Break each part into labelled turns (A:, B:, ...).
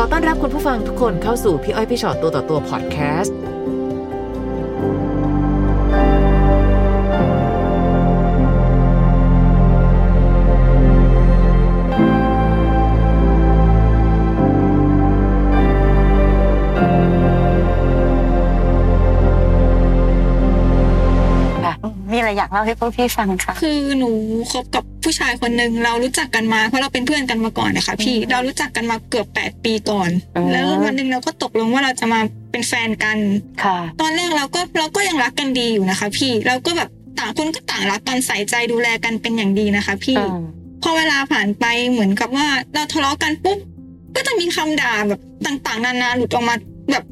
A: อต้อนรับคุณผู้ฟังทุกคนเข้าสู่พี่อ้อยพี่ชอตตัวต่อตัวพอดแคสต์
B: มีอะไรอยากเล่าให้พวกพี่ฟังค่ะ
C: คือหนูคบกับผู้ชายคนหนึ่งเรารู้จักกันมาเพราะเราเป็นเพื่อนกันมาก่อนนะคะพี่เรารู้จักกันมาเกือบ 8 ปีก่อน
B: อ๋อ
C: แล้ววันหนึ่งเราก็ตกลงว่าเราจะมาเป็นแฟนกัน
B: ค่ะ
C: ตอนแรกเราก็เราก็ยังรักกันดีอยู่นะคะ พี่เราก็แบบต่างคนก็ต่างรักกันใส่ใจดูแลกันเป็นอย่างดีนะคะ พี่พอเวลาผ่านไปเหมือนกับว่าเราทะเลาะกันปุ๊บก็จะมีคำด่าแบบต่างๆ นานาหลุดออกมาแบบ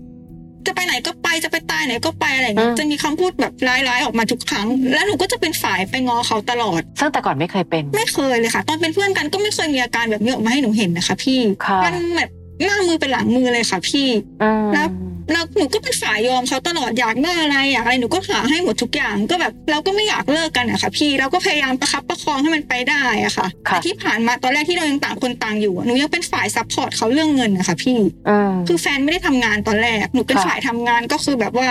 C: จะไปไหนก็ไปจะไปตายไหนก็ไปอะไรอย่างเงี้ย
B: อืม
C: จะมีคำพูดแบบร้ายๆออกมาทุกครั้ง แล้วหนูก็จะเป็นฝ่ายไปงอเขาตลอด
B: ซึ่งแต่ก่อนไม่เคยเป็น
C: ไม่เคยเลยค่ะ ตอนเป็นเพื่อนกันก็ไม่เคยมีอาการแบบนี้ออกมาให้หนูเห็นนะคะ พี่
B: ค่ะ
C: มันแบบหน้ามือเป็นหลังมือเลยค่ะ พี่
B: อืม
C: แล้ว เราหนูก็เป็นฝ่ายยอมเขาตลอดอยากได้อะไรอยากอะไรหนูก็หาให้หมดทุกอย่าง ก็แบบเราก็ไม่อยากเลิกกันอะค่ะพี่เราก็พยายามประคับประคองให้มันไปได้อะค่ะแต่ที่ผ่านมาตอนแรกที่เรายังต่างคนต่างอยู่อะหนูยังเป็นฝ่ายซัพพอร์ตเขาเรื่องเงินนะคะพี่
B: อืม
C: คือแฟนไม่ได้ทำงานตอนแรก หนูเป็น
B: ค่ะ
C: ฝ่ายทำงานก็คือแบบว่า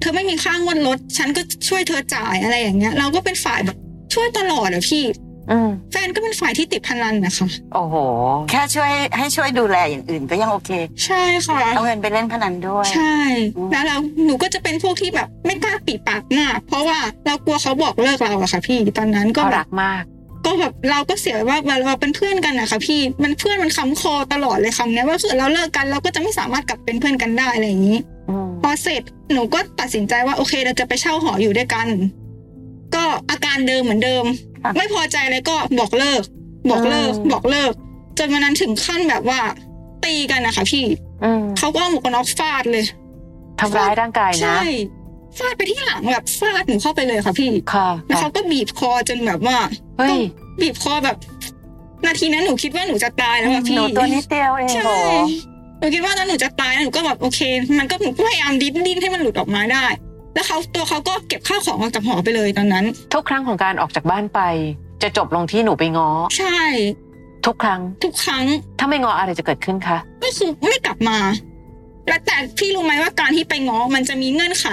C: เธอไม่มีค่างวดรถ ฉันก็ช่วยเธอจ่ายอะไรอย่างเงี้ย เราก็เป็นฝ่ายแบบช่วยตลอดอะพี่
B: อืม
C: แฟนก็เป็นฝ่ายที่ติดพนันนะคะ
B: โอ้โห
D: แค่ช่วยให้ช่วยดูแลอย่างอื่นก็ยังโอเค
C: ใช่ค่ะ
D: เอาเงินไปเล่นพนันด้วย
C: ใช่
D: อืม
C: แล้วเราหนูก็จะเป็นพวกที่แบบไม่กล้าปิดปากมาก เพราะว่าเรากลัวเขาบอกเลิกเราอะค่ะ พี่ตอนนั้นก็
B: ก็
C: แบ
B: รับ กมาก
C: ก็แบบเราก็เสียว่าเราเราเป็นเพื่อนกันอะค่ะ พี่มันเพื่อนมันค้ำคอตลอดเลยคำเนี้ยว่าถ้าเกิดเราเลิกกันเราก็จะไม่สามารถกลับเป็นเพื่อนกันได้อะไรอย่างนี้
B: อืม
C: พอเสร็จหนูก็ตัดสินใจว่าโอเคเราจะไปเช่าหออยู่ด้วยกัน ก็อาการเดิมเหมือนเดิม
D: ค่ะ
C: ไม่พอใจอะไรก็บอกเลิก บอกเลิก
B: อืม
C: บอกเลิก จนวันนั้นถึงขั้นแบบว่า ตีกันนะคะพี่
B: อืม
C: เขาก็เอาหมวกกันน็อกฟาดเลย
B: ทำร้ายร่างกายนะ
C: ใช่ฟาดไปที่หลังแบบฟาดหนูเข้าไปเลยค่ะพี่
B: ค่ะ
C: แล้วเขาก็บีบคอจนแบบว่า
B: เฮ้ย
C: บีบคอแบบ นาทีนั้นหนูคิดว่าหนูจะตายแล้วอะพี่
D: หนูตัวนิดเดียวเอง
C: ใช่
D: โห
C: หนูคิดว่าตอนหนูจะตายแล้วหนูก็แบบโอเค มันก็หนูก็พยายามดิ้นดิ้นให้มันหลุดออกมาได้ แล้วเขาตัวเขาก็เก็บข้าวของออกจากหอไปเลยตอนนั้น
B: ทุกครั้งของการออกจากบ้านไป จะจบลงที่หนูไปง้อ
C: ใช่
B: ทุกครั้ง
C: ทุกครั้ง
B: ถ้าไม่ง้ออะไรจะเกิดขึ้นคะ
C: ก็คือไม่กลับมา แล้วแต่พี่รู้ไหมว่าการที่ไปง้อมันจะมีเงื่อนไข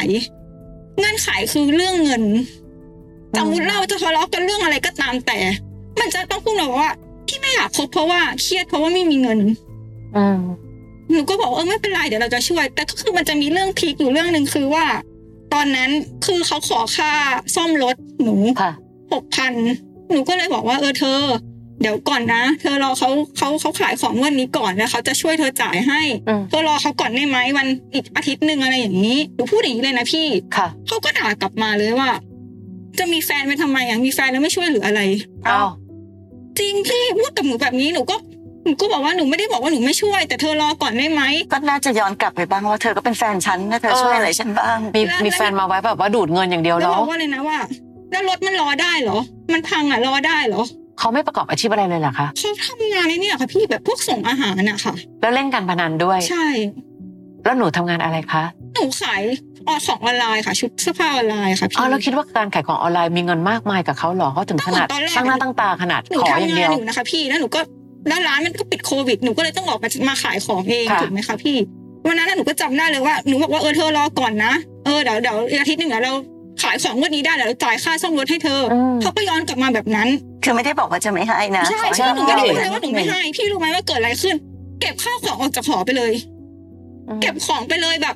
C: เงื่อนไขคือเรื่องเงิน
B: อืม
C: สมมติเราจะทะเลาะกันเรื่องอะไรก็ตามแต่ มันจะต้องพูดหนูว่า ที่ไม่อยากคบเพราะว่าเครียดเพราะว่าไม่มีเงิน
B: อืม
C: หนูก็บอกว่าเออไม่เป็นไรเดี๋ยวเราจะช่วย แต่ก็คือมันจะมีเรื่องพีคอยู่เรื่องหนึ่งคือว่า ตอนนั้นคือเขาขอค่าซ่อมรถหนู
B: ค่ะ
C: หกพันหนูก็เลยบอกว่าเออเธอ เดี๋ยวก่อนนะ เธอรอเขาเขาเขาขายของวันนี้ก่อนแล้วเขาจะช่วยเธอจ่ายให้
B: อืม
C: เธอรอเขาก่อนได้ไหมวันอีกอาทิตย์หนึ่งอะไรอย่างนี้หนูพูดอย่างนี้เลยนะพี่
B: ค่ะ
C: เขาก็ด่ากลับมาเลยว่า จะมีแฟนไปทำไมอ่ะมีแฟนแล้วไม่ช่วยเหลืออะไร
B: เอา
C: จริงพี่พูดกับหนูแบบนี้หนูก็หนูก็บอกว่าหนูไม่ได้บอกว่าหนูไม่ช่วย แต่เธอรอก่อนได้ไหม
D: ก็น่าจะย้อนกลับไปบ้างว่าเธอก็เป็นแฟนฉันนะเธอช่วยอะไรฉันบ้าง
B: มี
C: แล้ว
B: มีแฟนมาไว้แบบว่าดูดเงินอย่างเดียว
C: แล้ว
B: แล้
C: บ
B: ว
C: อกว่าเลยนะว่า แล้วรถมันรอได้เหรอ มันพังอ่ะรอได้เหรอ
B: เขาไม่ประกอบอาชีพอะไรเลยเหรอคะ
C: เขาทำงานในเนี่ยค่ะพี่แบบพวกส่งอาหารน่ะค่ะ
B: แล้วเล่นการพนันด้วย
C: ใช่
B: แล้วหนูทำงานอะไรคะ
C: หนูขายออของออนไลน์ค่ะ ชุดเสื้อผ้าออนไลน์ค่ะพี่
B: อ๋อแล้วคิดว่าการขายของออนไลน์มีเงินมากมายกับเขาเหรอเขาถึงขนาด
C: ก็เหมือนตอนแรก
B: ตั้งหน้าตั้งตาขนาด
C: หนู
B: ขอ
C: ทำ
B: อย่าง
C: งา
B: เดี
C: น
B: ยว
C: อยู่นะคะ พี่แล้วหนูก็แล้วร้านมันก็ปิดโควิดหนูก็เลยต้องออกมามาขายของเอง
B: ค่ะ
C: ถูกไหมคะพี่วันนั้นน่ะหนูก็จำได้เลยว่าหนูบอกว่าเออเธอรอก่อนนะเออเดี๋ยวเดี๋ยวอาทิตย์หนึ่งเดี๋ยวเราขายของงวันนี้ได้เดี๋ยวเราจ่ายค่าซ่อมรถให้เธออ
B: อืม
C: เขาก็ย้อนกลับมาแบบนั้น
D: คือไม่ได้บอกว่าจะไม่ให้นะ
C: ใช่
D: ขอ
C: ใช่หนู
D: ห้
C: ไม่ได้
D: เธอ
C: พูดเลยว่าหนูไม่ให้พี่รู้ไหมว่าเกิดอะไรขึ้น เก็บข้าวของออกจากหอไปเลย เก็บของไปเลยแบบ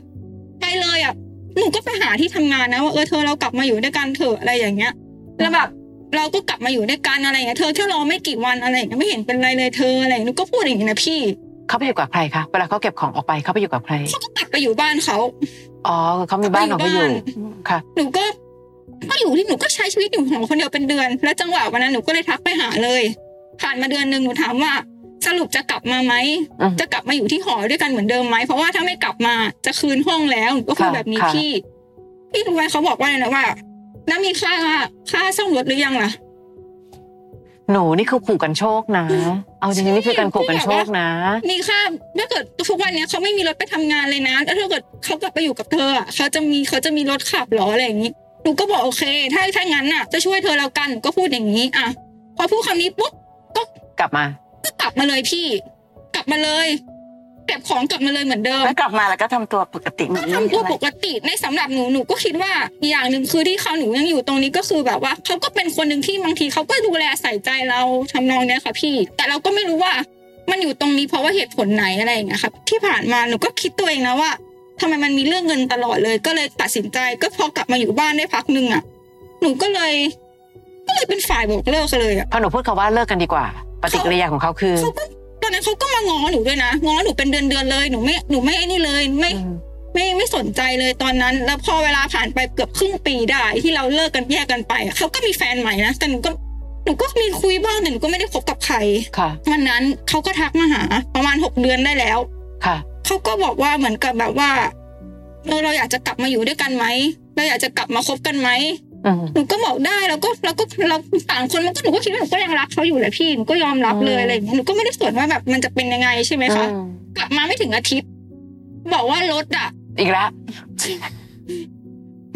C: ไปเลยอ่ะหนูก็ไปหาที่ทำงานนะว่าเออเธอเรากลับมาอยู่ด้วยกันเถอะอะไรอย่างเงี้ย แล้วแบบเราก็กลับมาอยู่ด้วยกันอะไรอย่างเงี้ยเธอแค่รอไม่กี่วันอะไรอย่างเงี้ยไม่เห็นเป็นไรเลยเธออะไรอย่างเงี้ยหนูก็พูดอย่างนี้นะพี่
B: เขาไปอยู่กับใครคะเวลาเขาเก็บของออกไปเขาไปอยู่กับใคร
C: เขาก็กลับไปอยู่บ้านเขา
B: อ๋อเขามีบ้านของเขาอยู่
C: ไปอยู่
B: ค่ะ
C: หนูก็ก็อยู่ที่หนูก็ใช้ชีวิตอยู่หอคนเดียวเป็นเดือน แล้วจังหวะวันนั้นหนูก็เลยทักไปหาเลย ผ่านมาเดือนหนึ่งหนูถามว่า สรุปจะกลับมาไหม
B: อืม
C: จะกลับมาอยู่ที่หอด้วยกันเหมือนเดิมไหมเพราะว่าถ้าไม่กลับมาจะคืนห้องแล้วหนูก็พูด
B: ค่ะ
C: แบบนี้
B: ค่ะ
C: พี่พี่รู้ไหมเขาบอกว่าอะไรนะว่าน้ามีค่าค่าซ่อมรถหรือยังล่ะ
B: หนูนี่คือขู่กันโชคนะ เอาจริงๆนี่คือการขู่กันโชคนะ
C: มีค่าถ้าเกิดทุกวันเนี้ยเขาไม่มีรถไปทำงานเลยนะแล้วถ้าเกิดเขากลับไปอยู่กับเธออะเขาจะมีเขาจะมีรถขับเหรออะไรอย่างนี้หนูก็บอกโอเค ถ้าถ้างั้นน่ะ จะช่วยเธอแล้วกันหนูก็พูดอย่างนี้อ่ะพอพูดคำนี้ปุ๊บ
B: กลับมา
C: ก็กลับมาเลยพี่ กลับมาเลย เก็บของกลับมาเลยเหมือนเดิม
D: แล้วกลับมาแล้วก็ทำตัวปกติเหมือนเดิม
C: ทำตัวปกติในสำหรับหนูหนูก็คิดว่าอย่างหนึ่งคือที่เขาหนูยังอยู่ตรงนี้ก็คือแบบว่าเขาก็เป็นคนหนึ่งที่บางทีเขาก็ดูแลใส่ใจเราทำนองเนี้ยค่ะพี่ แต่เราก็ไม่รู้ว่า มันอยู่ตรงนี้เพราะว่าเหตุผลไหนอะไรอย่างเงี้ยครับที่ผ่านมาหนูก็คิดตัวเองนะว่าทำไมมันมีเรื่องเงินตลอดเลย ก็เลยตัดสินใจก็พอกลับมาอยู่บ้านได้พักหนึ่งอ่ะหนูก็เลย ก็เลยเป็นฝ่ายบอกเลิกกันเลยอ่ะ
B: พอหนูพูดคำว่าเลิกกันดีกว่า ปฏิกิริยาของเขาคือ
C: เขาก็ตอนนั้นเขาก็มาง้อหนูด้วยนะง้อหนูเป็นเดือนเดือนๆเลยหนูไม่หนูไม่ไอ้นี่เลยไม่
B: อืม
C: ไม่ไม่สนใจเลยตอนนั้น แล้วพอเวลาผ่านไปเกือบครึ่งปีได้ที่เราเลิกกันแยกกันไปอะเขาก็มีแฟนใหม่นะแต่หนูก็หนูก็มีคุยบ้างแต่หนูก็ไม่ได้คบกับใคร
B: ค่ะ
C: วันนั้นเขาก็ทักมาหา ประมาณหกเดือนได้แล้ว
B: ค่ะ
C: เขาก็บอกว่าเหมือนกับแบบว่าเราเราอยากจะกลับมาอยู่ด้วยกันไหมเราอยากจะกลับมาคบกันไหม
B: อืม
C: หนูก็บอกได้แล้วก็เราก็เราต่างคนมันก็หนูก็คิดว่าหนูก็ยังรักเขาอยู่แหละพี่หนูก็ยอมรับเลย
B: อืม
C: อะไรอย่างเงี้ยหนูก็ไม่ได้สนว่าแบบมันจะเป็นยังไงใช่ไหมคะ
B: อืม
C: กลับมาไม่ถึงอาทิตย์ บอกว่ารถอะ
B: อีกแล้ว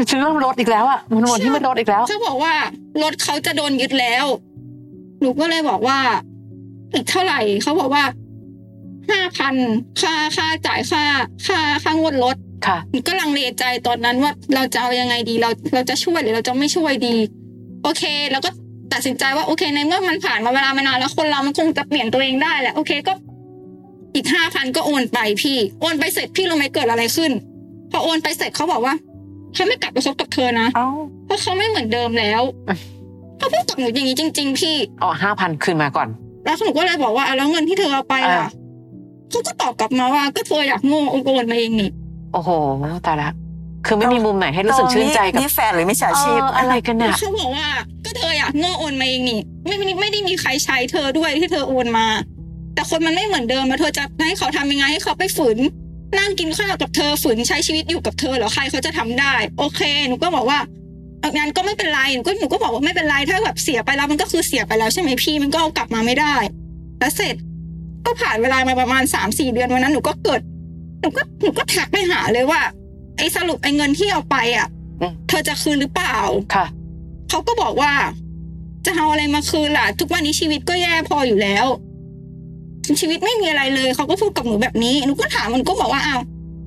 B: ฉันเริ่มลดอีกแล้วอ่ะมันวนที่มันลดอีกแล้ว
C: เขาบอกว่ารถเขาจะโดนยึดแล้ว หนูก็เลยบอกว่า อีกเท่าไหร่ เขาบอกว่าห้าพันค่าค่าจ่ายค่า ค่าค่างวดรถ
B: ค่ะ
C: หนูก็ลังเลใจตอนนั้นว่าเราจะเอายังไงดี เราเราจะช่วยหรือเราจะไม่ช่วยดี โอเค แล้วก็ตัดสินใจว่าโอเค ในเมื่อมันผ่านมาเวลามานานแล้วคนเรามันคงจะเปลี่ยนตัวเองได้แหละโอเคก็ อีกห้าพันก็โอนไปพี่ โอนไปเสร็จพี่รู้ไหมเกิดอะไรขึ้น พอโอนไปเสร็จเขาบอกว่าเขาไม่กลับไปคบกับเธอนะ
D: เอ้า
C: เพราะเขาไม่เหมือนเดิมแล้ว
B: อ่ะ
C: เขาพูดกับหนูอย่างนี้จริง ๆ พี่
B: เอาห้าพันคืนมาก่อน
C: แล้วหนูก็เลยบอกว่าอ่ะแล้วเงินที่เธอเอาไปล่ะ
B: อ่ะ
C: เขาก็ตอบกลับมาว่าก็เธออยากโง่เอาโอนมาเองนี่
B: โอ้โหตายละ คือไม่มีมุมไหนให้รู้สึกชื่นใจกับ
D: นี่แฟนหรือมิจฉาชีพ
B: เอออะไรกันเนี่ย
C: เขาบอกว่า ก็เธออยากโง่โอนมาเองนี่ไม่ไม่ไม่ได้มีใครใช้เธอด้วยที่เธอโอนมา แต่คนมันไม่เหมือนเดิมมาเธอจะให้เขาทำยังไงให้เขาไปฝืน นั่งกินข้าวกับเธอฝืนใช้ชีวิตอยู่กับเธอเหรอใครเขาจะทำได้ โอเคหนูก็บอกว่าเอางั้นก็ไม่เป็นไรหนูก็หนูก็บอกว่าไม่เป็นไรถ้าแบบเสียไปแล้วมันก็คือเสียไปแล้วใช่ไหมพี่มันก็เอากลับมาไม่ได้ แล้วเสร็จก็ผ่านเวลามาประมาณสามสี่เดือนวันนั้นหนูก็เกิดหนูก็หนูก็ทักไปหาเลยว่า ไอ้สรุปไอ้เงินที่เอาไปอ่ะ
B: อืม
C: เธอจะคืนหรือเปล่า
B: ค่ะ
C: เขาก็บอกว่า จะเอาอะไรมาคืนล่ะ ทุกวันนี้ชีวิตก็แย่พออยู่แล้ว ชีวิตไม่มีอะไรเลย เขาก็พูดกับหนูแบบนี้หนูก็ถามมันก็บอกว่าอ้าว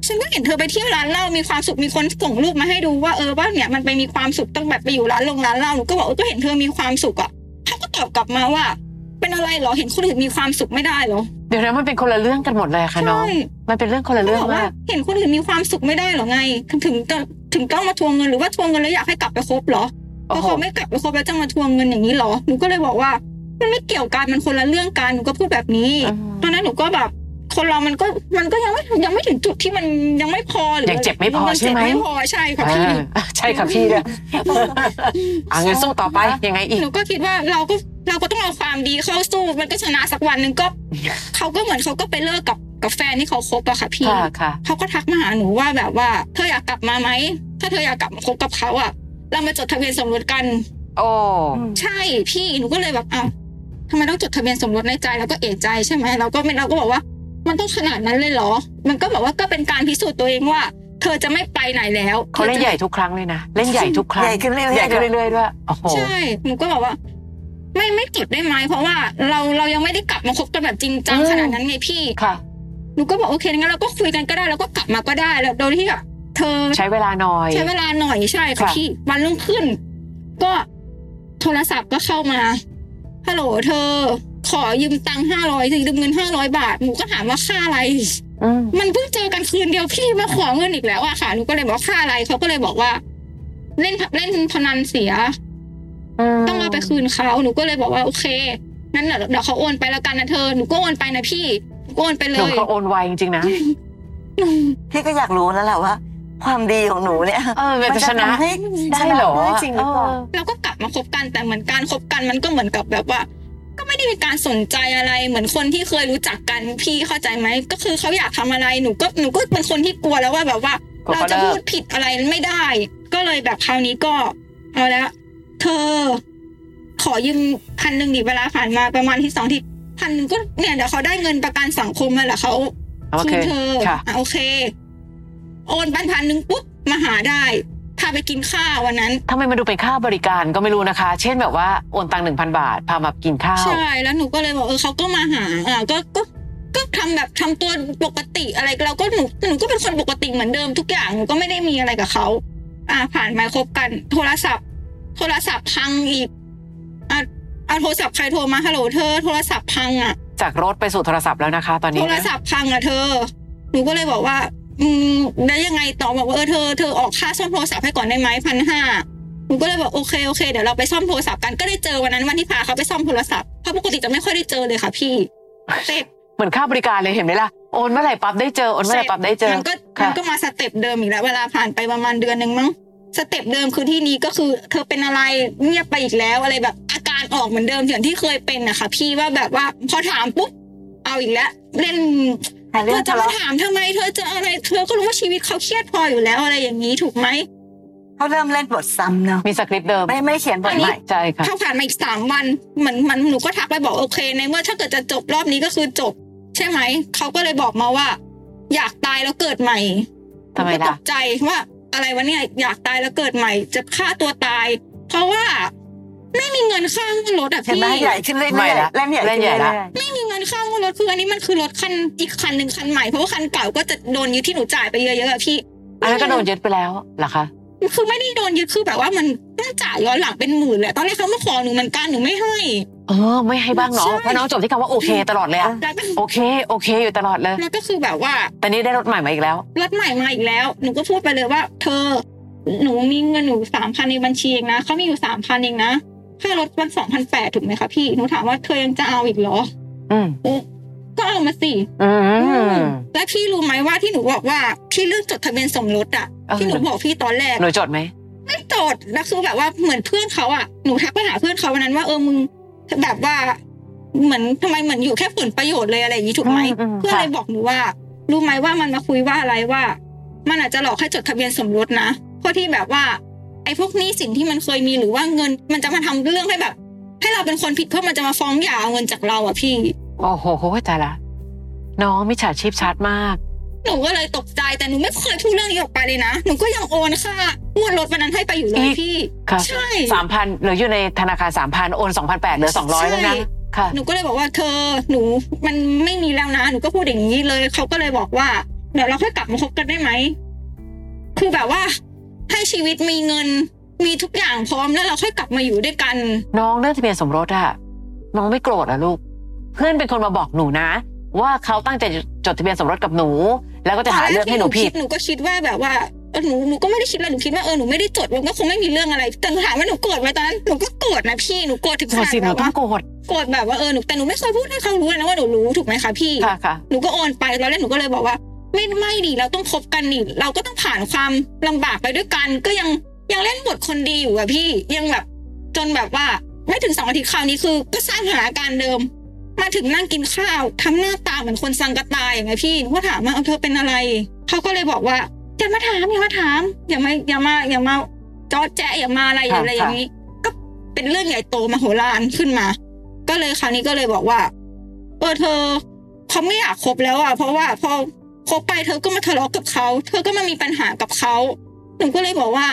C: ฉันก็เห็นเธอไปเที่ยวร้านเหล้ามีความสุขมีคนส่งรูปมาให้ดูว่าเออว่าเนี่ยมันไปมีความสุขต้องแบบไปอยู่ร้านลงร้านเหล้าหนูก็บอกเออก็เห็นเธอมีความสุขอ่ะเขาก็ตอบกลับมาว่า เป็นอะไรเหรอเห็นคนอื่นมีความสุขไม่ได้เหรอ
B: เดี๋ยวนะมันเป็นคนละเรื่องกันหมดเลยอะค่ะน้อง
C: ใช่
B: มันเป็นเรื่องคนละ
C: เขา
B: เรื่อง
C: บอกว่าม
B: าก
C: เห็นคนอื่นมีความสุขไม่ได้เหรอไง ถึงถึงจะถึงต้องมาทวงเงินหรือว่าทวงเงินแล้วอยากให้กลับไปคบเหรอเพ
B: โอ้
C: ราะ
B: โห
C: เขาไม่กลับไปคบแล้วจะมาทวงเงินอย่างนี้เหรอหนูก็เลยบอกว่า มันไม่เกี่ยวกันมันคนละเรื่องกันหนูก็พูดแบบนี้
B: อืม
C: ตอนนั้นหนูก็แบบ คนเรามันก็มันก็ยังไม่ยังไม่ถึงจุดที่มันยังไม่พอหรือ
B: ยังเจ็บไม่พอใช่ไหม
C: ยังเจ็บไม่พอใช่ค่ะ
B: อ่
C: พี่
B: าใช่ค่ะพี่เลยอ่ะงั้นสู้ต่อไปยังไงอีก
C: หนูก็คิดว่าเราก็เราก็ต้องเอาความดีเข้าสู้ มันก็ชนะสักวันหนึ่งก็ เขาก็เหมือนเขาก็ไปเลิกกับกับแฟนที่เขาคบอะค่ะพี่
B: ค่ะค่ะ
C: เขาก็ทักมาหาหนูว่าแบบว่าเธออยากกลับมาไหม ถ้าเธออยากกลับมาคบกับเขาอ่ะ เรามาจดทะเบียนสมรสกัน
B: โอ้
C: ใช่พี่หนูก็เลยแบบอ้าวทำไมต้องจดทะเบียนสมรสในใจเราก็เอะใจใช่ไหมเราก็ไม่เราก็บอกว่า มันต้องขนาดนั้นเลยเหรอ มันก็บอกว่าก็เป็นการพิสูจน์ตัวเองว่า เธอจะไม่ไปไหนแล้ว
B: เขาเล่นใหญ่ทุกครั้งเลยนะ เล่นใหญ่ทุกครั้ง
D: ใหญ่ขึ้นเรื่อยๆ
B: ใหญ่ขึ้นเรื่อยๆด้วยโอ้โห
C: ใช่หนูก็บอกว่า ไม่ไม่จดได้ไหมเพราะว่าเราเรายังไม่ได้กลับมาคบกันแบบจริงจัง
B: อืม
C: ขนาดนั้นไงพี่
B: ค่ะ
C: หนูก็บอกโอเคงั้นเราก็คุยกันก็ได้แล้วก็กลับมาก็ได้แล้วโดยที่แบบเธอ
B: ใช้เวลาหน่อย
C: ใช้เวลาหน่อยใช่ค่ะ
B: ค่ะ
C: พี่วันรุ่งขึ้น ก็โทรศัพท์ก็เข้ามาฮัลโหลเธอ ขอยืมตังค์ห้าร้อยยืมเงินห้าร้อยบาทหนูก็ถามว่าค่าอะไร
B: อืม
C: มันเพิ่งเจอกันคืนเดียวพี่มาขอเงินอีกแล้วอะค่ะหนูก็เลยบอกค่าอะไรเขาก็เลยบอกว่า เล่นเล่นพนันเสีย
B: ม
C: ต้องเอาไปคืนเขาหนูก็เลยบอกว่าโอเคงั้นเดี๋ยวเดี๋ยวเขาโอนไปแล้วกันนะเธอหนูก็โอนไปนะพี่หนูก็โอนไปเล
B: หนู
C: ย
B: เขาโอนไวจริงๆนะ
D: พี่ก็อยากรู้แล้วแหละว่า ความดีของหนูเนี่ย
B: เออมันจะชนะ
D: ทำให้
B: ได้เหรอ
D: ชนะด้จริงหรือเปล่า
B: เออ
C: เราก็กลับมาคบกันแต่เหมือนการคบกันมันก็เหมือนกับแบบว่า ก็ไม่ได้มีการสนใจอะไร เหมือนคนที่เคยรู้จักกันพี่เข้าใจไหมก็คือเขาอยากทำอะไรหนูก็หนูก็เป็นคนที่กลัวแล้วว่าแบบว่า
B: กลัว
C: เรา
B: เขา
C: จะ
B: เลิ
C: พู
B: ก
C: ดผิดอะไรไม่ได้ ก็เลยแบบคราวนี้ก็เอาละเธอ ขอยืมพันหนึ่งดิเวลาผ่านมาประมาณที่สองที่พันหนึ่งก็เนี่ยเดี๋ยวเขาได้เงินประกันสังคมมาแหละเขา
B: โอเค
C: คืนเธอ
B: ค่ะ
C: อ่ะโอเค โอนพันพันหนึ่งปุ๊บมาหาได้ พาไปกินข้าววันนั้น
B: ทำไมมันดูเป็นค่าบริการก็ไม่รู้นะคะ เช่นแบบว่าโอนตังค์หนึ่งพันบาท พามากินข้าว
C: ใช่ แล้วหนูก็เลยบอกเออเขาก็มาหาอ่าก็ก็ ก็ทำแบบทำตัวปกติอะไรเราก็หนูหนูก็เป็นคนปกติเหมือนเดิมทุกอย่างหนูก็ไม่ได้มีอะไรกับเขาอ่าผ่านไมค์คบกัน โทรศัพท์ โทรศัพท์พังอีกอ่ะเอาโทรศัพท์ใครโทรมาฮัลโหลเธอ โทรศัพท์พังอ่ะ
B: จากรถไปสู่โทรศัพท์แล้วนะคะ ตอนนี้
C: โท
B: นะ
C: รศัพท์พังอ่ะเธอ หนูก็เลยบอกว่า อืมแล้วยังไงต่อบอกว่าเออเธอเธอออกค่าซ่อมโทรศัพท์ให้ก่อนได้ไหมพันห้าหนูก็เลยบอกโอเคโอเคเดี๋ยวเราไปซ่อมโทรศัพท์กันก็ได้เจอวันนั้นวันที่พาเขาไปซ่อมโทรศัพท์เพราะปกติจะไม่ค่อยได้เจอเลยค่ะพี่เสร็จ
B: เหมือนค่าบริการเลยเห็นไหมล่ะโอนเมื่อไหร่ปั๊บได้เจอโอนเมื่อไหร่ปั๊บได้เจอ
C: มันก็
B: ค่ะ
C: มันก็มาสเต็ปเดิมอีกแล้วเวลาผ่านไปประมาณเดือนหนึ่งมั้งสเต็ปเดิมคือที่นี้ก็คือ เธอเป็นอะไรเงียบไปอีกแล้วอะไรแบบอาการออกเหมือนเดิมอย่างที่เคยเป็นนะคะ พี่ว่าแบบว่าพอถามปุ๊บเอาอีกแล้วเล่น
D: หาเรื่
C: เธ
D: อง
C: อจะมา
D: ทะเลาะ
C: ถามทำไมเธอจะอะไร เธอก็รู้ว่าชีวิตเขาเครียดพออยู่แล้วอะไรอย่างนี้ถูกไหม
D: เขาเริ่มเล่นบทซ้ำเนาะ
B: มีสคริปต์เดิม
D: ไม่ไม่เขียนบทใหม่
B: ใช่ค่ะ
C: ถ้าผ่านมาอีกสามวันเหมือนมันหนูก็ทักไปบอกโอเคในเมื่อถ้าเกิดจะจบรอบนี้ก็คือจบ ใช่ไหม เขาก็เลยบอกมาว่า อยากตายแล้วเกิดใหม่
B: ทำไม
C: หนูก็
B: ล่ะ
C: ตกใจว่าอะไรวะเนี่ยอยากตายแล้วเกิดใหม่ จะฆ่าตัวตาย เพราะว่า ไม่มีเงินค่ารถอะ
D: เห็น
C: พี่
D: ไหมใหญ่ขึ้นเรื่อย
B: ใหม่ละ
D: ๆเล่นใหญ่
B: เล่น
D: ขึ้น
B: ใหญ่
D: เรื่
B: ละ
D: อย
C: ไม่มีเงินค่ารถคืออันนี้มันคือรถคันอีกคันหนึ่งคันใหม่เพราะว่าคันเก่าก็จะโดนยึดที่หนูจ่ายไปเยอะๆอะพี่
B: อันนั้นก็โดนยึดไปแล้วเหรอคะ
C: คือไม่ได้โดนยึดคือแบบว่ามันต้องจ่ายย้อนหลังเป็นหมื่นแหละตอนแรกเขามาขอหนูเหมือนกันหนูไม่ให้
B: เออไม่ให้บ้างเนาะ
C: ใช่
B: เพราะน้องจบที่คำว่าโอเคตลอดเลยอะ
C: แล้วก็
B: โอเคโอเคอยู่ตลอดเลย
C: แล้วก็คือแบบว่า
B: แต่นี่ได้รถใหม่มาอีกแล้ว
C: รถใหม่มาอีกแล้ว หนูก็พูดไปเลยว่า เธอ หนูมีเงินหนูสามพันในบัญชีเองนะเขามีอยู่สามพันเองนะค่ารถมันสองพันแปดถูกไหมคะพี่หนูถามว่าเธอยังจะเอาอีกเหรอ
B: อืม
C: ก็เอามาสิ
B: อืม
C: และพี่รู้ไหมว่าที่หนูบอกว่าที่เรื่องจดทะเบียนสมรสอะ
B: เออ
C: ที่หนูบอกพี่ตอนแรก
B: หนูจดไหม
C: ไม่จดแล้วคือแบบว่าเหมือนเพื่อนเขาอะหนูทักไปหาเพื่อนเขาวันนั้นว่าเออมึงแบบว่า เหมือนทำไมเหมือนอยู่แค่ผลประโยชน์เลยอะไรอย่างนี้ถูกไหม
B: อืมอืม
C: เพื่อนเลย
B: ค่ะ
C: บอกหนูว่า รู้ไหมว่ามันมาคุยว่าอะไรว่า มันอาจจะหลอกให้จดทะเบียนสมรสนะเพราะที่แบบว่า ไอ้พวกหนี้สินที่มันเคยมีหรือว่าเงิน มันจะมาทำเรื่องให้แบบ ให้เราเป็นคนผิดเพื่อมันจะมาฟ้องหย่าเอาเงินจากเราอะพี่
B: โอ้โหตายละน้องมิจฉาชีพชัดมาก
C: หนูก็เลยตกใจแต่หนูไม่เคยพูดเรื่องนี้ออกไปเลยนะหนูก็ยังโอนค่างวดรถวันนั้นให้ไปอยู่เลย
B: อีก
C: พี่
B: ค่ะ
C: ใช่
B: สามพันเหลืออยู่ในธนาคารสามพันโอนสองพันแปดเหลือสองร้อยแล้วนะค่ะ
C: หนูก็เลยบอกว่าเธอหนูมันไม่มีแล้วนะ หนูก็พูดอย่างนี้เลยเขาก็เลยบอกว่าเดี๋ยวเราค่อยกลับมาคบกันได้ไหมคือแบบว่า ให้ชีวิตมีเงิน มีทุกอย่างพร้อมแล้วเราค่อยกลับมาอยู่ด้วยกัน
B: น้องเรื่องทะเบียนสมรสอะน้องไม่โกรธเหรอลูก เพื่อนเป็นคนมาบอกหนูนะ ว่าเขาตั้งใจจะจดทะเบียนสมรสกับหนู แล้วก็จะหาเรื่องให้หนูผิด
C: หนูก็คิดว่าแบบว่าเออหนูหนูก็ไม่ได้คิดอะไรหนูคิดว่าเออหนูไม่ได้จดมันก็คงไม่มีเรื่องอะไรแต่หนูถามว่าหนูโกรธไหมตอนนั้นหนูก็โกรธนะพี่หนูโกรธถึง
B: โกรธ
C: ขนาด
B: สิห
C: แบ
B: นู
C: บ
B: ต้อ
C: ว่าง
B: โกรธ
C: โกรธแบบว่าเออหนูแต่หนูไม่เคยพูดให้เขารู้เลยนะว่าหนูรู้ถูกไหมคะพี่
B: ค่ะค่ะ
C: หนูก็โอนไปแล้วแล้วหนูก็เลยบอกว่า ไม่ไม่ดิเราต้องคบกันนี่เราก็ต้องผ่านความลำบากไปด้วยกัน ก็ยังยังเล่นบทคนดีอยู่อะพี่ยังแบบ จนแบบว่าไม่ถึงสองอาทิตย์คราวนี้คือ ก็สร้างสถานการณ์เดิม มาถึงนั่งกินข้าวทำหน้าตาเหมือนคนสังกะตายอย่างไงยพี่หนูก็ถามว่าเอาเธอเป็นอะไรเขาก็เลยบอกว่าอย่ามาถามอย่ามาถามอย่ามาอย่ามาอย่ามาจอแจะอย่ามาอะไรอย่าอะไร
B: ค่ะ
C: อย่างนี้ ก็เป็นเรื่องใหญ่โตมโหฬารขึ้นมา ก็เลยคราวนี้ก็เลยบอกว่า เออเธอเขาไม่อยากคบแล้วอ่ะเพราะว่าพอคบไปเธอก็มาทะเลาะกับเขา เธอก็มามีปัญหากับเขาหนูก็เลยบอกว่า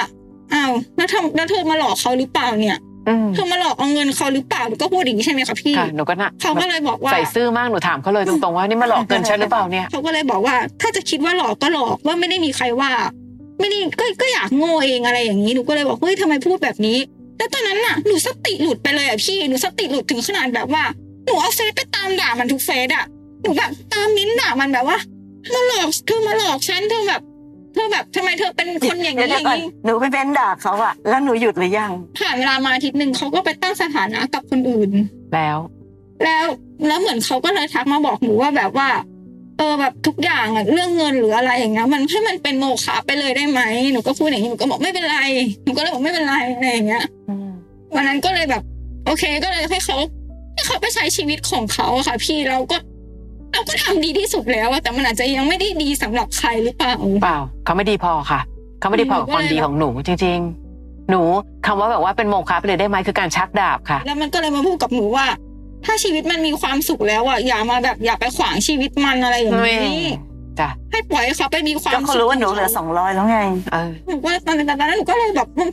C: อ้าวแล้วทำแล้วเธอมาหลอกเขาหรือเปล่าเนี่ย
B: อืม
C: เธอมาหลอกเอาเงินเขาหรือเปล่าหนูก็พูดอย่างนี้ใช่ไหมคะพี่
B: ค่ะหนูก็น่ะ
C: เขาก็เลยบอกว่า
B: ใส่ซื่อมากหนูถามเขาเลยตรงๆว่านี่มาหลอกเกินฉันหรือเปล่าเนี่ย
C: เขาก็เลยบอกว่า ถ้าจะคิดว่าหลอกก็หลอกว่าไม่ได้มีใครว่า ไม่ได้ก็ก็อยากโง่เองอะไรอย่างนี้หนูก็เลยบอกเฮ้ยทำไมพูดแบบนี้แล้วตอนนั้นน่ะหนูสติหลุดไปเลยอ่ะพี่หนูสติหลุดถึงขนาดแบบว่าหนูเอาเฟซไปตามด่ามันทุกเฟซอ่ะหนูแบบตามมิ้นท์ด่ามันแบบว่ามาหลอกเธอมาหลอกฉันเธอแบบเธอแบบทำไมเธอเป็นคนอย่าง
D: เดี๋ย
C: นี้อ
D: วเดี๋ย
C: ย่าว ง
D: ก่อน
C: นี้
D: หนูไปเบ้นด่าเขาอะแล้วหนูหยุดหรือยัง
C: ผ่านเวลามาอาทิตย์หนึ่งเขาก็ไปตั้งสถานะกับคนอื่น
B: แล้ว
C: แล้วแล้วเหมือนเขาก็เลยทักมาบอกหนูว่าแบบว่า เออแบบทุกอย่างอะเรื่องเงินหรืออะไรอย่างเงี้ยมันให้มันเป็นโมฆะไปเลยได้ไหมหนูก็พูดอย่างนี้หนูก็บอกไม่เป็นไรหนูก็เลยบอกไม่เป็นไรอะไรอย่างเงี้ย
B: อืม
C: วันนั้นก็เลยแบบ โอเคก็เลยให้เขาให้เขาไปใช้ชีวิตของเขาอะค่ะ พี่เราก็เราก็ทำดีที่สุดแล้วอะแต่มันอาจจะยังไม่ได้ดีสำหรับใครหรือเปล่า
B: เปล่าเขาไม่ดีพอค่ะเขาไม่ดีพอกับความดีของหนูจริง ๆ หนูคำว่าแบบว่าเป็นโมฆะไปเลยได้ไหมคือการชักดาบค่ะ
C: แล้วมันก็เลยมาพูดกับหนูว่า ถ้าชีวิตมันมีความสุขแล้วอะอย่ามาแบบอย่าไปขวางชีวิตมันอะไรอย่างนี้
B: จ้ะ
C: ให้ปล่อยให้เขาไปมีความ
D: ก็
C: สุข
D: เขารู้ว่าหนูเหลือ
C: ขง
D: ส
C: ขา
D: องร้อยแล้วไง
B: เออ
C: หนูก็ตอนตอนนั้นหนูก็เลยแบบมัน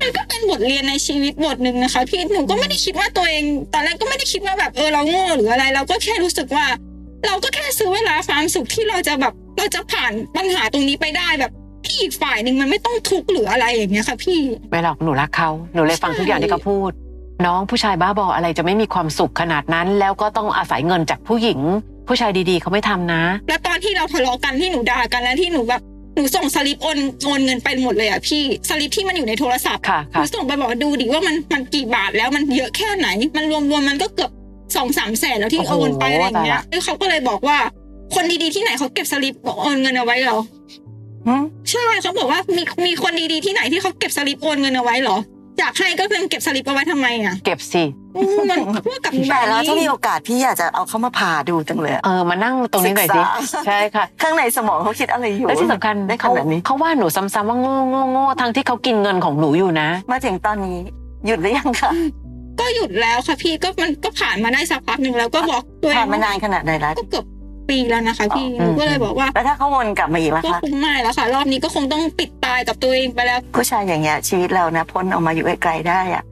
C: มันก็เป็นบทเรียนในชีวิตบทหนึ่งนะคะพี่หนูก็ไม่ได้คิดว่าตัวเอง ตอนแรกก็ไม่ได้คิดว่าแบบเออเราโง่หรืออะไร เราก็แค่รู้สึกว่า เราก็แค่ซื้อเวลาความสุขที่เราจะแบบเราจะผ่านปัญหาตรงนี้ไปได้แบบที่อีกฝ่ายหนึ่งมันไม่ต้องทุกข์หรืออะไรอย่างเงี้ยค่ะพี่
B: ไม่หรอกหนูรักเขาหนูเลยฟัง
C: ใช่
B: ทุกอย่างที่เขาพูด น้องผู้ชายบ้าบออะไรจะไม่มีความสุขขนาดนั้น แล้วก็ต้องอาศัยเงินจากผู้หญิง ผู้ชายดีๆเขาไม่ทำนะ
C: แล้วตอนที่เราทะเลาะกันที่หนูด่ากันแล้วที่หนูแบบหนูส่งสลิปโอนโอนเงินไปหมดเลยอะพี่สลิปที่มันอยู่ในโทรศัพท์
B: ค่ะ
C: หนู
B: ค่ะ
C: ส่งไปบอกว่าดูดิว่ามันมันกี่บาทแล้วมันเยอะแค่ไหน มันรวมรวมมันก็เกือบสองสามแสนแล้วที่โอนไปอะไรอย่างเงี้ยแล้วเขาก็เลยบอกว่า คนดีๆที่ไหนเขาเก็บสลิปโอนเงินเอาไว้เหรอ
D: หืม
C: ใช่เขาบอกว่ามีมีคนดีๆที่ไหนที่เขาเก็บสลิปโอนเงินเอาไว้เหรอ อยากให้ก็เพิ่งเก็บสลิปเอาไว้ทำไมอ่ะ
B: เก็บสิ
C: อืมมันพวกกับ
D: แต่เราถ้ามี
C: นี้
D: โอกาสพี่อยากจะเอาเข้ามาผ่าดูจังเลยอะ
B: เออมานั่งตรงนี้หน่อยสิ
D: ศึกษา
B: ใช่ค่ะ
D: ข้างในสมองเขาคิดอะไรอยู่
B: และที่สำคัญ
D: ได้ข
B: เขา
D: นาดนี้
B: เขาว่าหนูซ้ำๆว่าโง่โง่โง่ทั้งที่เขากินเงินของหนูอยู่นะ
D: มาถึงตอนนี้หยุดหรือยังคะ
C: ก็หยุดแล้วค่ะพี่ก็มันก็ผ่านมาได้สักพักหนึ่งแล้วก็บอกตัวเอ
D: ผ่าน
C: ง
D: มานานขนาดไหนแล้ว
C: ก็เกือบปีแล้วนะคะ พี่
B: อ๋ออืม
C: ก็เลยบอกว่า
D: แล้วถ้าเขาวนกลับมาอีกล่ะ
C: ก็
D: คะ
C: คงไม่แล้วค่ะ รอบนี้ก็คงต้องปิดตายกับตัวเองไปแล้ว
D: ผู้ชายอย่างเงี้ยชีวิตเรานะพ้นออกมาอยู่ไกลๆได้อะ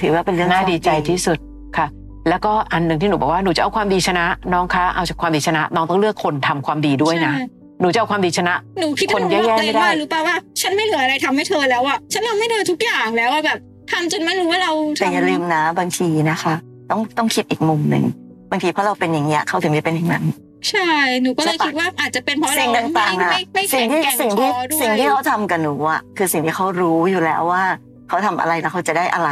D: ถือว่าเป็นเรื่อง
B: น่า
D: โชค
B: ดีใจที่สุดค่ะ แล้วก็อันหนึ่งที่หนูบอกว่าหนูจะเอาความดีชนะ น้องคะเอาจากความดีชนะ น้องต้องเลือกคนทำความดีด้วยนะ
C: ใช่
B: หนูจะเอาความดีชนะ
C: หนูคิดว่า
B: คน
C: หนู
B: แย่
C: บอก
B: ๆ
C: ตัวเอง
B: ไม่ได้
C: ว่ารู้ป่าว่า ฉันไม่เหลืออะไรทำให้เธอแล้วอ่ะฉันทำให้เธอทุกอย่างแล้วอ่ะแบบทำจนไม่รู้ว่าเราทำ
D: แต่อย่าลืมนะบางทีนะคะ ต้องต้องคิดอีกมุมหนึ่งบางทีเพราะเราเป็นอย่างเงี้ยเขาถึงไม่เป็นอย่างนั้น
C: ใช่ หนูก็เลย
D: ใช่ปะ
C: คิดว่าอาจจะเป็นเพราะ
D: สิ่
C: เรา
D: งต่างๆนะ
C: ไม่ไม่
D: สิ่
C: แข็
D: ง
C: ง
D: ที่
C: แกร่ง
D: สิ่ง
C: พ
D: ที่
C: อด้วย
D: สิ่งที่เขาทำกับหนูอะคือสิ่งที่เขารู้อยู่แล้วว่าเขาทำอะไรแล้วเขาจะได้อะไร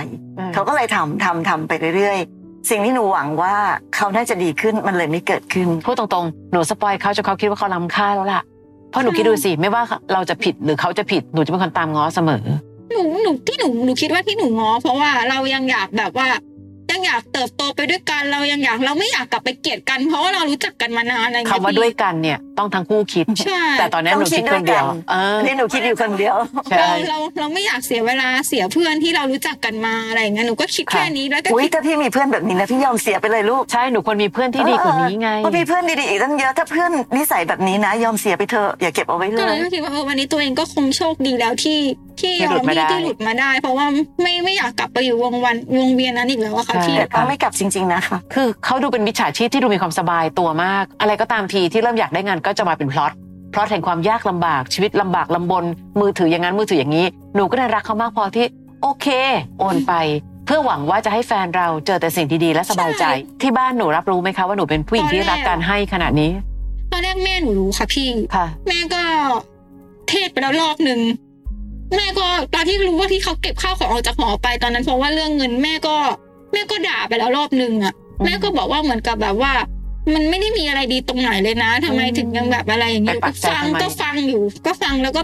D: เขาก็เลยทำทำทำไปเรื่อยๆ สิ่งที่หนูหวังว่าเขาน่าจะดีขึ้นมันเลยไม่เกิดขึ้น
B: พูดตรงๆ หนูสปอยเขาจนเขาคิดว่าเขาล้ำค่าแล้วล่ะ เพราะหนูคิดดูสิ ไม่ว่าเราจะผิดหรือเขาจะผิด หนูจะเป็นคนตามง้อเสมอ
C: หนูหนูที่หนูหนูคิดว่าที่หนูง้อเพราะว่าเรายังอยากแบบว่า ยังอยากเติบโตไปด้วยกันเรายังอยากเราไม่อยากกลับไปเกลียดกัน เพราะว่าเรารู้จักกันมานานอะไรอย่าง
B: คำ
C: เงี้ย
B: ว่าด้วยกันเนี่ยต้องทั้งคู่คิด
C: ใช่
B: แต่ตอนนี้นหนูคิดคนเดียว
D: ต้องคิดด้วยกัน
B: เออ
D: อันนี่หนูคิดอยู่คนเดียว
B: ใช่
C: เราเราเราไม่อยากเสียเวลาเสียเพื่อนที่เรารู้จักกันมาอะไรอย่างเงี้ยหนูก็คิดแค่นี้แล้วก็
D: อุ้ย
C: คิด
D: ถ้าพี่มีเพื่อนแบบนี้นะพี่ยอมเสียไปเลยลูก
B: ใช่ หนูควรมีเพื่อนที่ดีกว่านี้ไง
D: เพราะพี่เพื่อนดีๆอีกตั้งเยอะถ้าเพื่อนนิสัยแบบนี้นะ ยอมเสียไปเถอะอย่าเก็บเอาไว้เล
C: ก็เลย
D: ย
C: ก็คิดว่าเออวันนี้ตัวเองก็คงโชคดีแล้วที่ที่
B: ที่หลุดมา
C: ที่
B: ได้
C: ที่หลุดมาได้ เพราะว่าไม่ไม่อยากกลับไปอยู่วงวันวงเวียนนั้นอีกแล้วอะค่ะพี่
D: แต่ต้องไม่กลับจริง ๆนะคะ
B: คือเขาดูเป็นมิจฉาชีพที่ดูมีความสบายตัวมาก อะไรก็ตามทีที่เริ่มอยากได้งานก็จะมาเป็นพล็อตพล็อตแห่งความยากลำบากชีวิตลำบากลำบน มือถืออย่างนั้นมือถืออย่างนี้ หนูก็ได้รักเขามากพอที่โอเค โอนไป เพื่อหวังว่าจะให้แฟนเราเจอแต่สิ่งดีๆและสบายใจ
C: ใช่
B: ที่บ้านหนูรับรู้ไหมคะว่าหนูเป็นผู้หญิงที่รัก
C: ตอนแรก
B: การให้ขนาดนี้
C: ตอนแรกแม่หนูรู้ค่ะพี่
B: ค่ะ
C: แม่ก็เทศไปแล้วรอบหนึ่งแม่ก็ตอนที่รู้ว่าที่เขาเก็บข้าวของออกจากหอไปตอนนั้นเพราะว่าเรื่องเงินแม่ก็ แม่ก็ด่าไปแล้วรอบหนึ่งอ่ะ
B: อืม
C: แม่ก็บอกว่าเหมือนกับแบบว่า มันไม่ได้มีอะไรดีตรงไหนเลยนะทำไม
B: อืม
C: ถึงยังแบบอะไรอย่างนี้ย
B: ไปปั
C: ก็
B: กใจ
C: ฟัง
B: ทำไม
C: ก็ฟังอยู่ ก็ฟังแล้วก็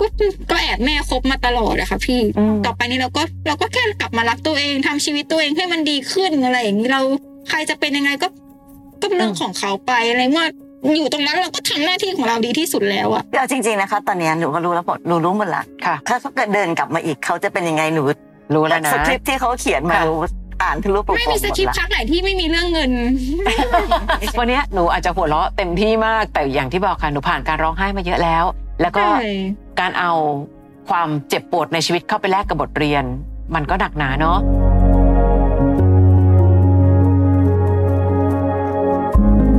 C: ก็ก็แอบแม่คบมาตลอดอะค่ะพี่
B: อืม
C: ต่อไปนี้เราก็เราก็แค่กลับมารักตัวเองทำชีวิตตัวเองให้มันดีขึ้นอะไรอย่างนี้เราใครจะเป็นยังไงก็ก็เป็นเรื่อง
B: อืม
C: ของเขาไปอะไรเมื่ออยู่ตรงนั้นเราก็ทำหน้าที่ของเราดีที่สุดแล้วอะ
D: เอาจริงๆนะคะ ตอนเนี้ยหนูก็รู้แล้วหมดรู้รู้หมดละ
B: ค่ะ
D: ถ้าเขาเกิดเดินกลับมาอีกเขาจะเป็นยังไงหนู
B: รู้แล้วนะ
D: สคริปต์ที่เขาเขียนมา
B: ค่ะ
D: หนูอ่านทะลุปก
C: ไม่มีสคริปต์
D: หด
C: พักไหนที่ไม่มีเรื่องเงิน
B: วันเนี้ยหนูอาจจะหัวเราะเต็มที่มากแต่อย่างที่บอกค่ะหนูผ่านการร้องไห้มาเยอะแล้ว แล้วก็
C: ใช่
B: การเอาความเจ็บปวดในชีวิตเข้าไปแลกกับบทเรียน มันก็หนักหนาเนาะ